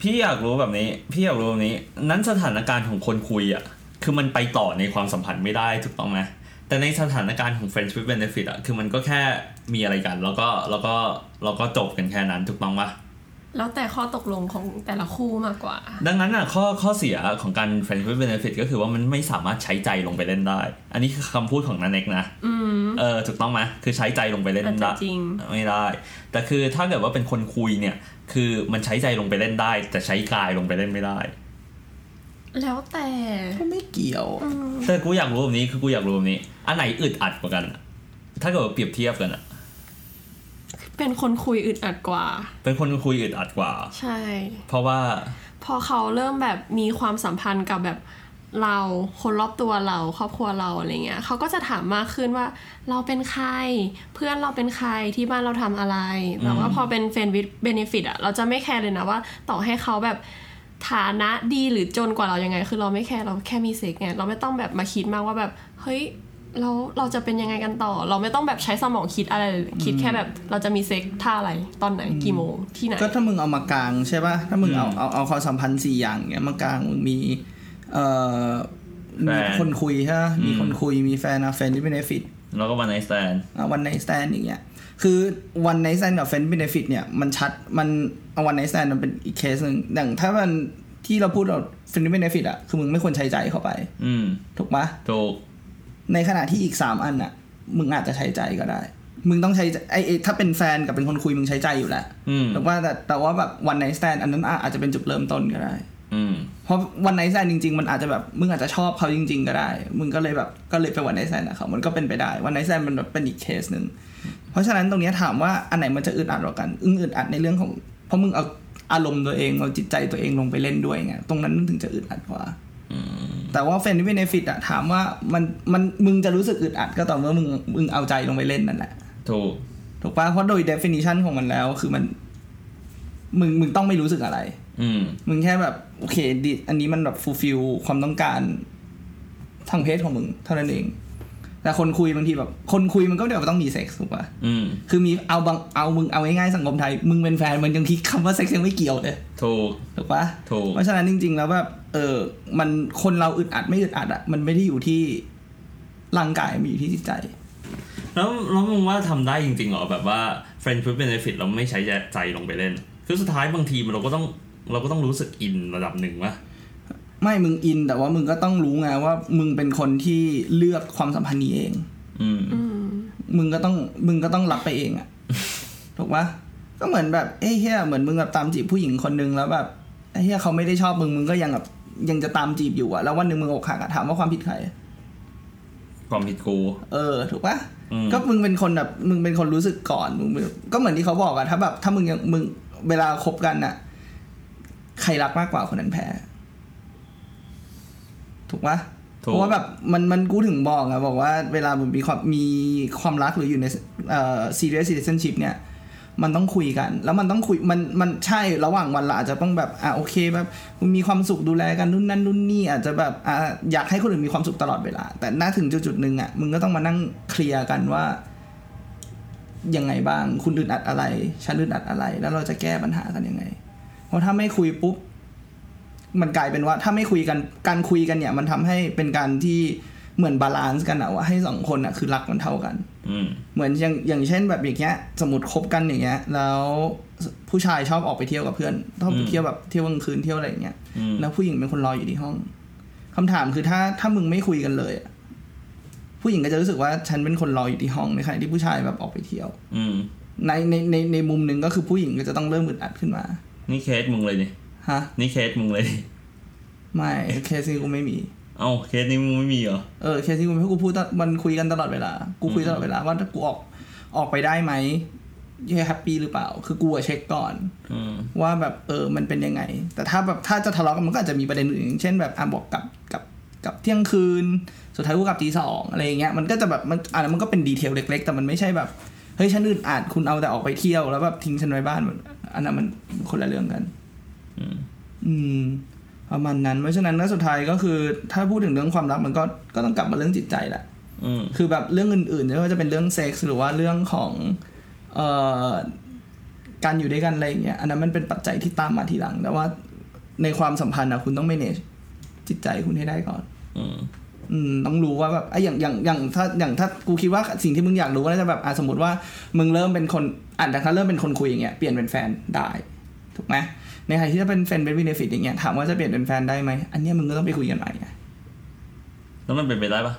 พี่อยากรู้แบบนี้ พี่อยากรู้แบบนี้ นั้นสถานการณ์ของคนคุยอ่ะ คือมันไปต่อในความสัมพันธ์ไม่ได้ถูกต้องไหมแต่ในสถานการณ์ของ friends with benefit อ่ะ คือมันก็แค่มีอะไรกัน แล้วก็แล้วก็แล้วก็จบกันแค่นั้นถูกต้องปะ แล้วแต่ข้อตกลงของแต่ละคู่มากกว่า ดังนั้นอ่ะข้อข้อเสียของการ friends with benefit ก็คือว่ามันไม่สามารถใช้ใจลงไปเล่นได้ อันนี้คือคำพูดของนันเอกนะเออถูกต้องไหมคือใช้ใจลงไปเล่น อาจ ได้ จะจริง ไม่ได้ แต่คือถ้าเกิดว่าเป็นคนคุยเนี่ย คือมันใช้ใจลงไปเล่นได้ แต่ใช้กายลงไปเล่นไม่ได้ แล้วแต่ ก็ไม่เกี่ยวอะ แต่กูอยากรู้แบบนี้คือกูอยากรู้แบบนี้ อันไหนอึดอัดกว่ากันอะถ้าเกิดว่าเปรียบเทียบกันอะ เป็นคนคุยอึดอัดกว่า เป็นคนคุยอึดอัดกว่า ใช่ เพราะว่า พอเขาเริ่มแบบมีความสัมพันธ์กับแบบเราคนรอบตัวเราครอบครัวเราอะไรเงี้ยเขาก็จะถามมากขึ้นว่าเราเป็นใคร เพื่อนเราเป็นใครที่บ้านเราทำอะไรแต่ว่าพอเป็นเฟนวิดเบนฟิตอะเราจะไม่แคร์เลยนะว่า ต่อให้เขาแบบฐานะดีหรือจนกว่าเรายังไง คือเราไม่แคร์เราแค่มีเซ็กไงเราไม่ต้องแบบมาคิดมากว่าแบบเฮ้ยเราเราจะเป็นยังไงกันต่อ เราไม่ต้องแบบใช้สมองคิดอะไรเลยคิดแค่แบบเราจะมีเซ็กท่าอะไรตอนไหนกี่โมงที่ไหน ก็ถ้ามึงเอามากลางใช่ป่ะ ถ้ามึงเอาเอาเอาความสัมพันธ์สี่อย่างเนี้ยมากลางมึงมี เอ่อ แฟ มี น คนคุยใช่ปะมีคนคุย มีแฟนอะแฟนที่เป็นเอฟิต แล้วก็วันไนสแตน วันไนสแตนอย่างเงี้ย คือวันไนสแตนกับเฟนบินฟิตเนี่ยมันชัด มันเอาวันไนสแตนมันเป็นอีกเคสหนึ่งอย่างถ้ามันที่เราพูดเฟนบินฟิตอะคือมึงไม่ควรใช้ใจเข้าไป อืม ถูกปะ ถูก ในขณะที่อีกสามอันอะมึงอาจจะใช้ใจก็ได้ มึงต้องใช้ใจไอไอ้ถ้าเป็นแฟนกับเป็นคนคุยมึงใช้ใจอยู่แล้ว อืม ถูกปะแต่แต่ว่าแบบวันไนสแตนอันนั้นอะอาจจะเป็นจุดเริ่มต้นก็ได้ อืม เพราะวันไนท์แซนจริง ๆ มันอาจจะแบบมึงอาจจะชอบเขาจริง ๆ ก็ได้ มึงก็เลยแบบก็เลยไปวันไนท์แซนนะครับมันก็เป็นไปได้วันไนท์แซนมันแบบเป็นอีกเคสหนึ่งเพราะฉะนั้นตรงเนี้ยถามว่าอันไหนมันจะอึดอัดกว่ากันอึ้งอึดอัดในเรื่องของ เพราะมึงเอาอารมณ์ตัวเองเอาจิตใจตัวเองลงไปเล่นด้วยไงตรงนั้นมันถึงจะอึดอัดกว่า แต่ว่าเฟนที่เป็นเอฟิตอะถามว่ามันมันมึงจะรู้สึกอึดอัดก็ต่อเมื่อมึงมึงเอาใจลงไปเล่นนั่นแหละ ถูก ถูกปะเพราะโดย definition ของมันแล้วคือมัน มึงมึงต้องไม่รู้สึกอะไร อืม มึงแค่แบบ โอเคดิอันนี้มันแบบ fulfill ความต้องการทางเพศของมึง เท่านั้นเอง แต่คนคุยบางทีแบบ คนคุยมันก็เดี๋ยวต้องมีเซ็กส์ถูกปะ อืม คือมีเอาบางเอามึงเอาง่ายๆสังคมไทย มึงเป็นแฟนมันยังคิดคำว่าเซ็กส์ยังไม่เกี่ยวเลย ถูก ถูกปะ ถูก เพราะฉะนั้นจริง ๆ แล้วแบบเออ มันคนเราอึดอัดไม่อึดอัดอะมันไม่ได้อยู่ที่ร่างกายมันอยู่ที่จิตใจ แล้วแล้วมึงว่าทำได้จริงๆเหรอแบบว่า friend with benefit เราไม่ใช้ใจลงไปเล่น คือสุดท้ายบางทีมันเราก็ต้องเราก็ต้องรู้สึกอินระดับหนึ่งวะ ไม่มึงอินแต่ว่ามึงก็ต้องรู้ไงว่า มึงเป็นคนที่เลือกความสัมพันธ์นี้เอง อืม มึงก็ต้องมึงก็ต้องรับไปเอง *laughs* อะ ถูกปะก็เหมือนแบบเอ้ยเฮียเหมือนมึงแบบตามจีบผู้หญิงคนนึงแล้วแบบไอ้เฮียเขาไม่ได้ชอบมึงมึงก็ยังแบบยังจะตามจีบอยู่อะแล้ววันหนึ่งมึงอกหักอะถามว่าความผิดใคร ความผิดกู เออถูกปะ อืม ก็มึงเป็นคนแบบมึงเป็นคนรู้สึกก่อนมึงเป็นก็เหมือนที่เขาบอกอะถ้าแบบถ้ามึงยังมึงเวลาคบกันอะใครรักมากกว่าคนนั้นแพ้ ถูกปะ ถูก เพราะว่าแบบมันมันกูถึงบอกอะบอกว่าเวลามันมีความมีความรักหรืออยู่ในเอ่อ serious relationship เนี่ย มันต้องคุยกัน แล้วมันต้องคุยมันมันใช่ระหว่างวันเราอาจจะต้องแบบอ่ะโอเคแบบมึงมีความสุขดูแลกันนู่นนั่นนู่นนี่อาจจะแบบอ่ะอยากให้คนอื่นมีความสุขตลอดเวลา แต่น่าถึงจุดๆหนึ่งอ่ะมึงก็ต้องมานั่งเคลียร์กันว่ายังไงบ้าง คุณอึดอัดอะไรฉันอึดอัดอะไร แล้วเราจะแก้ปัญหากันยังไง เพราะถ้าไม่คุยปุ๊บ มันกลายเป็นว่าถ้าไม่คุยกันการคุยกันเนี่ย มันทำให้เป็นการที่เหมือนบาลานซ์กันอะว่าให้สองคนอะคือรักมันเท่ากัน อืม เหมือนอย่างอย่างเช่นแบบอย่างเงี้ยสมมติคบกันอย่างเงี้ยแล้วผู้ชายชอบออกไปเที่ยวกับเพื่อนชอบไป อืม เที่ยวแบบเที่ยวกลางคืนเที่ยวอะไรอย่างเงี้ย อืม แล้วผู้หญิงเป็นคนรออยู่ที่ห้องคำถามคือถ้าถ้ามึงไม่คุยกันเลยอะผู้หญิงก็จะรู้สึกว่าฉันเป็นคนรออยู่ที่ห้องในขณะที่ผู้ชายแบบออกไปเที่ยว อืม ในในในในมุมหนึ่งก็คือผู้หญิงก็จะต้องเริ่มอึดอัดขึ้นมา นี่เคสมึงเลยนี่ ฮะ นี่เคสมึงเลยนี่ ไม่เคสนี้กูไม่มี เอ้าเคสนี้มึงไม่มีเหรอ เออเคสที่กูไม่กูพูดตอนมันคุยกันตลอดเวลา กูคุยตลอดเวลาว่าถ้ากูออกออกไปได้ไหมแฮปปี้หรือเปล่า คือกูอะเช็คก่อน อืม ว่าแบบเออมันเป็นยังไง แต่ถ้าแบบถ้าจะทะเลาะกันมันก็อาจจะมีประเด็นอื่นอย่างเช่นแบบอ่ะบอกกลับกลับกลับเที่ยงคืน สุดท้ายกูกลับตีสองอะไรอย่างเงี้ยมันก็จะแบบมันอ่ะแล้วมันก็เป็นดีเทลเล็กๆ แต่มันไม่ใช่แบบเฮ้ยฉันอึดอัดคุณเอาแต่ออกไปเที่ยวแล้วแบบทิ้งฉันไว้บ้านมันอันนั้นมันคนละเรื่องกัน อืม อืมประมาณนั้นเพราะฉะนั้นแล้วสุดท้ายก็คือ ถ้าพูดถึงเรื่องความรักมันก็ก็ต้องกลับมาเรื่องจิตใจแหละ อืม คือแบบเรื่องอื่นๆไม่ว่าจะเป็นเรื่องเซ็กส์หรือว่าเรื่องของเอ่อการอยู่ด้วยกันอะไรอย่างเงี้ยอันนั้นมันเป็นปัจจัยที่ตามมาทีหลัง แต่ว่าในความสัมพันธ์อะคุณต้อง manage จิตใจคุณให้ได้ก่อน อืม อืมต้องรู้ว่าแบบไอ้อย่างอย่างอย่างถ้าอย่างถ้ากูคิดว่าสิ่งที่มึงอยากรู้ก็น่าจะแบบอ่ะสมมติว่ามึงเริ่มเป็นคนอ่ะแต่ถ้าเริ่มเป็นคนคุยอย่างเงี้ยเปลี่ยนเป็นแฟนได้ถูกไหมในขณะที่ถ้าเป็นแฟนเป็นวินเนฟิตอย่างเงี้ยถามว่าจะเปลี่ยนเป็นแฟนได้ไหมอันเนี้ยมึงก็ต้องไปคุยกันใหม่ไง แล้วมันเป็นไปได้ปะ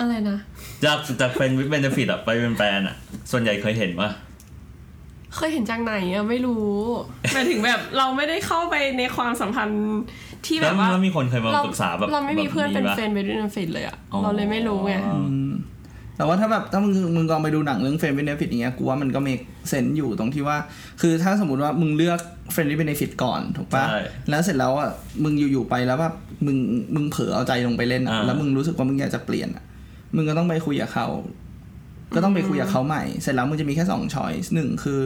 อะไรนะ จากจากเป็นวิบเบนฟิตอะไปเป็นแฟนอะส่วนใหญ่เคยเห็นปะ เคยเห็นจากไหนอะไม่รู้หมายถึงแบบเราไม่ได้เข้าไปในความสัมพันธ์ที่แบ แล้ว บว่า แล้วมีคนเคยมา เรา ปรึกษาแบบ เราไม่มีเพื่อน แบบ เป็น ปะ เฟรนด์ไปด้วยเฟรนด์เลยอะ อ๋อ เราเลยไม่รู้ไง แต่ว่าถ้าแบบถ้ามึงมึงลองไปดูหนังเรื่อง Friend Benefit อย่างเงี้ยกูว่ามันก็ make sense อยู่ตรงที่ว่า คือถ้าสมมติว่ามึงเลือก Friend Benefit ก่อนถูกปะ ใช่ แล้วเสร็จแล้วอ่ะมึงอยู่ๆไปแล้วแบบมึงมึงเผลอเอาใจลงไปเล่นอ่ะ อ่า แล้วมึงรู้สึกว่ามึงอยากจะเปลี่ยนอ่ะมึงก็ต้องไปคุยกับเขา ก็ต้องไปคุยกับเขาใหม่ เสร็จแล้วมึงจะมีแค่สองช้อยส์หนึ่งคือ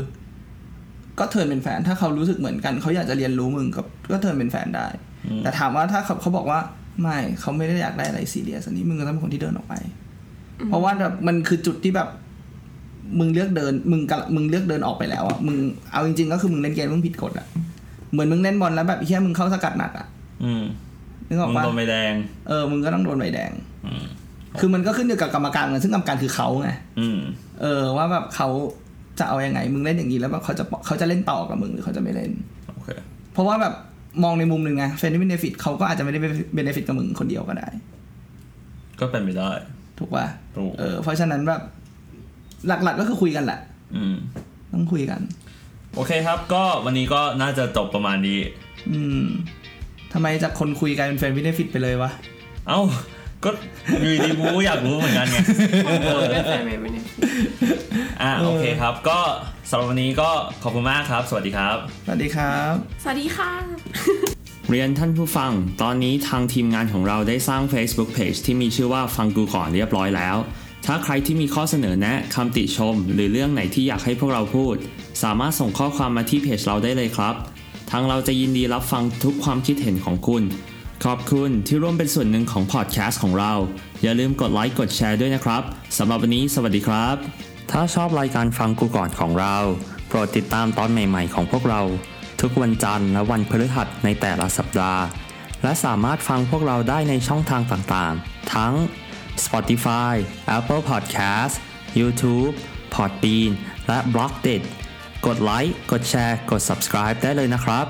ก็เทิร์นเป็นแฟน ถ้าเขารู้สึกเหมือนกันเขาอยากจะเรียนรู้มึงก็ก็เทิร์นเป็นแฟนได้ แต่ถามว่าถ้าเขาเขาบอกว่าไม่เขาไม่ได้อยากได้อะไรซีเรียสอันนี้มึงก็ต้องเป็นคนที่เดินออกไป เพราะว่าแบบมันคือจุดที่แบบ มึงเลือกเดิน มึงกะมึงเลือกเดินออกไปแล้วอ่ะมึงเอาจริงๆก็คือมึงเล่นเกมมึงผิดกฎอ่ะเหมือนมึงเล่นบอลแล้วแบบเฮียมึงเข้าสกัดหนักอ่ะ อืม นึกออก มึง ปะ โดนใบแดง เออมึงก็ต้องโดนใบแดง อืม คือมันก็ขึ้นอยู่กับกรรมการเหมือนซึ่งกรรมการคือเขาไง อืม เออว่าแบบเขาจะเอาอยัางไง มึงเล่นอย่างนี้แล้วแบบเขาจะเขาจะเล่นต่อกับมึงหรือเขาจะไม่เล่น โอเค เพราะว่าแบบมองในมุมหนึ่งไงเฟนดี้เบนฟิตเขาก็อาจจะไม่ได้เบนฟิตกับมึงคนเดียวก็ได้ ก็เป็นไปได้ ถูกป่ะ ถูก เออเพราะฉะนั้นแบบหลักๆก็คือคุยกันแหละ อืม ต้องคุยกัน โอเคครับ ก็วันนี้ก็น่าจะจบประมาณนี้ อืม ทำไมจากคนคุยกลายเป็นแฟนวิดเนฟิตไปเลยวะ เอ้า ก็อยู่ดีกูก็อยากรู้เหมือน *laughs* กันไง เป็นแฟนไม่เป็นย อ่ะโอเคครับ ก็สำหรับวันนี้ก็ขอบคุณมากครับ สวัสดีครับ สวัสดีครับ สวัสดีค่ะ เรียนท่านผู้ฟัง ตอนนี้ทางทีมงานของเราได้สร้าง Facebook Page ที่มีชื่อว่าฟังกูก่อนเรียบร้อยแล้ว ถ้าใครที่มีข้อเสนอแนะคำติชม หรือเรื่องไหนที่อยากให้พวกเราพูด สามารถส่งข้อความมาที่เพจเราได้เลยครับ ทางเราจะยินดีรับฟังทุกความคิดเห็นของคุณ ขอบคุณที่ร่วมเป็นส่วนหนึ่งของพอดแคสต์ของเรา อย่าลืมกดไลค์กดแชร์ด้วยนะครับสำหรับวันนี้สวัสดีครับ ถ้าชอบรายการฟังกูก่อนของเรา โปรดติดตามตอนใหม่ๆของพวกเรา ทุกวันจันทร์และวันพฤหัสในแต่ละสัปดาห์ และสามารถฟังพวกเราได้ในช่องทางต่างๆ ทั้ง Spotify, Apple Podcast, YouTube, Podbean และ b l o c k d i t กดไลค์ กดแชร์ กด subscribe ได้เลยนะครับ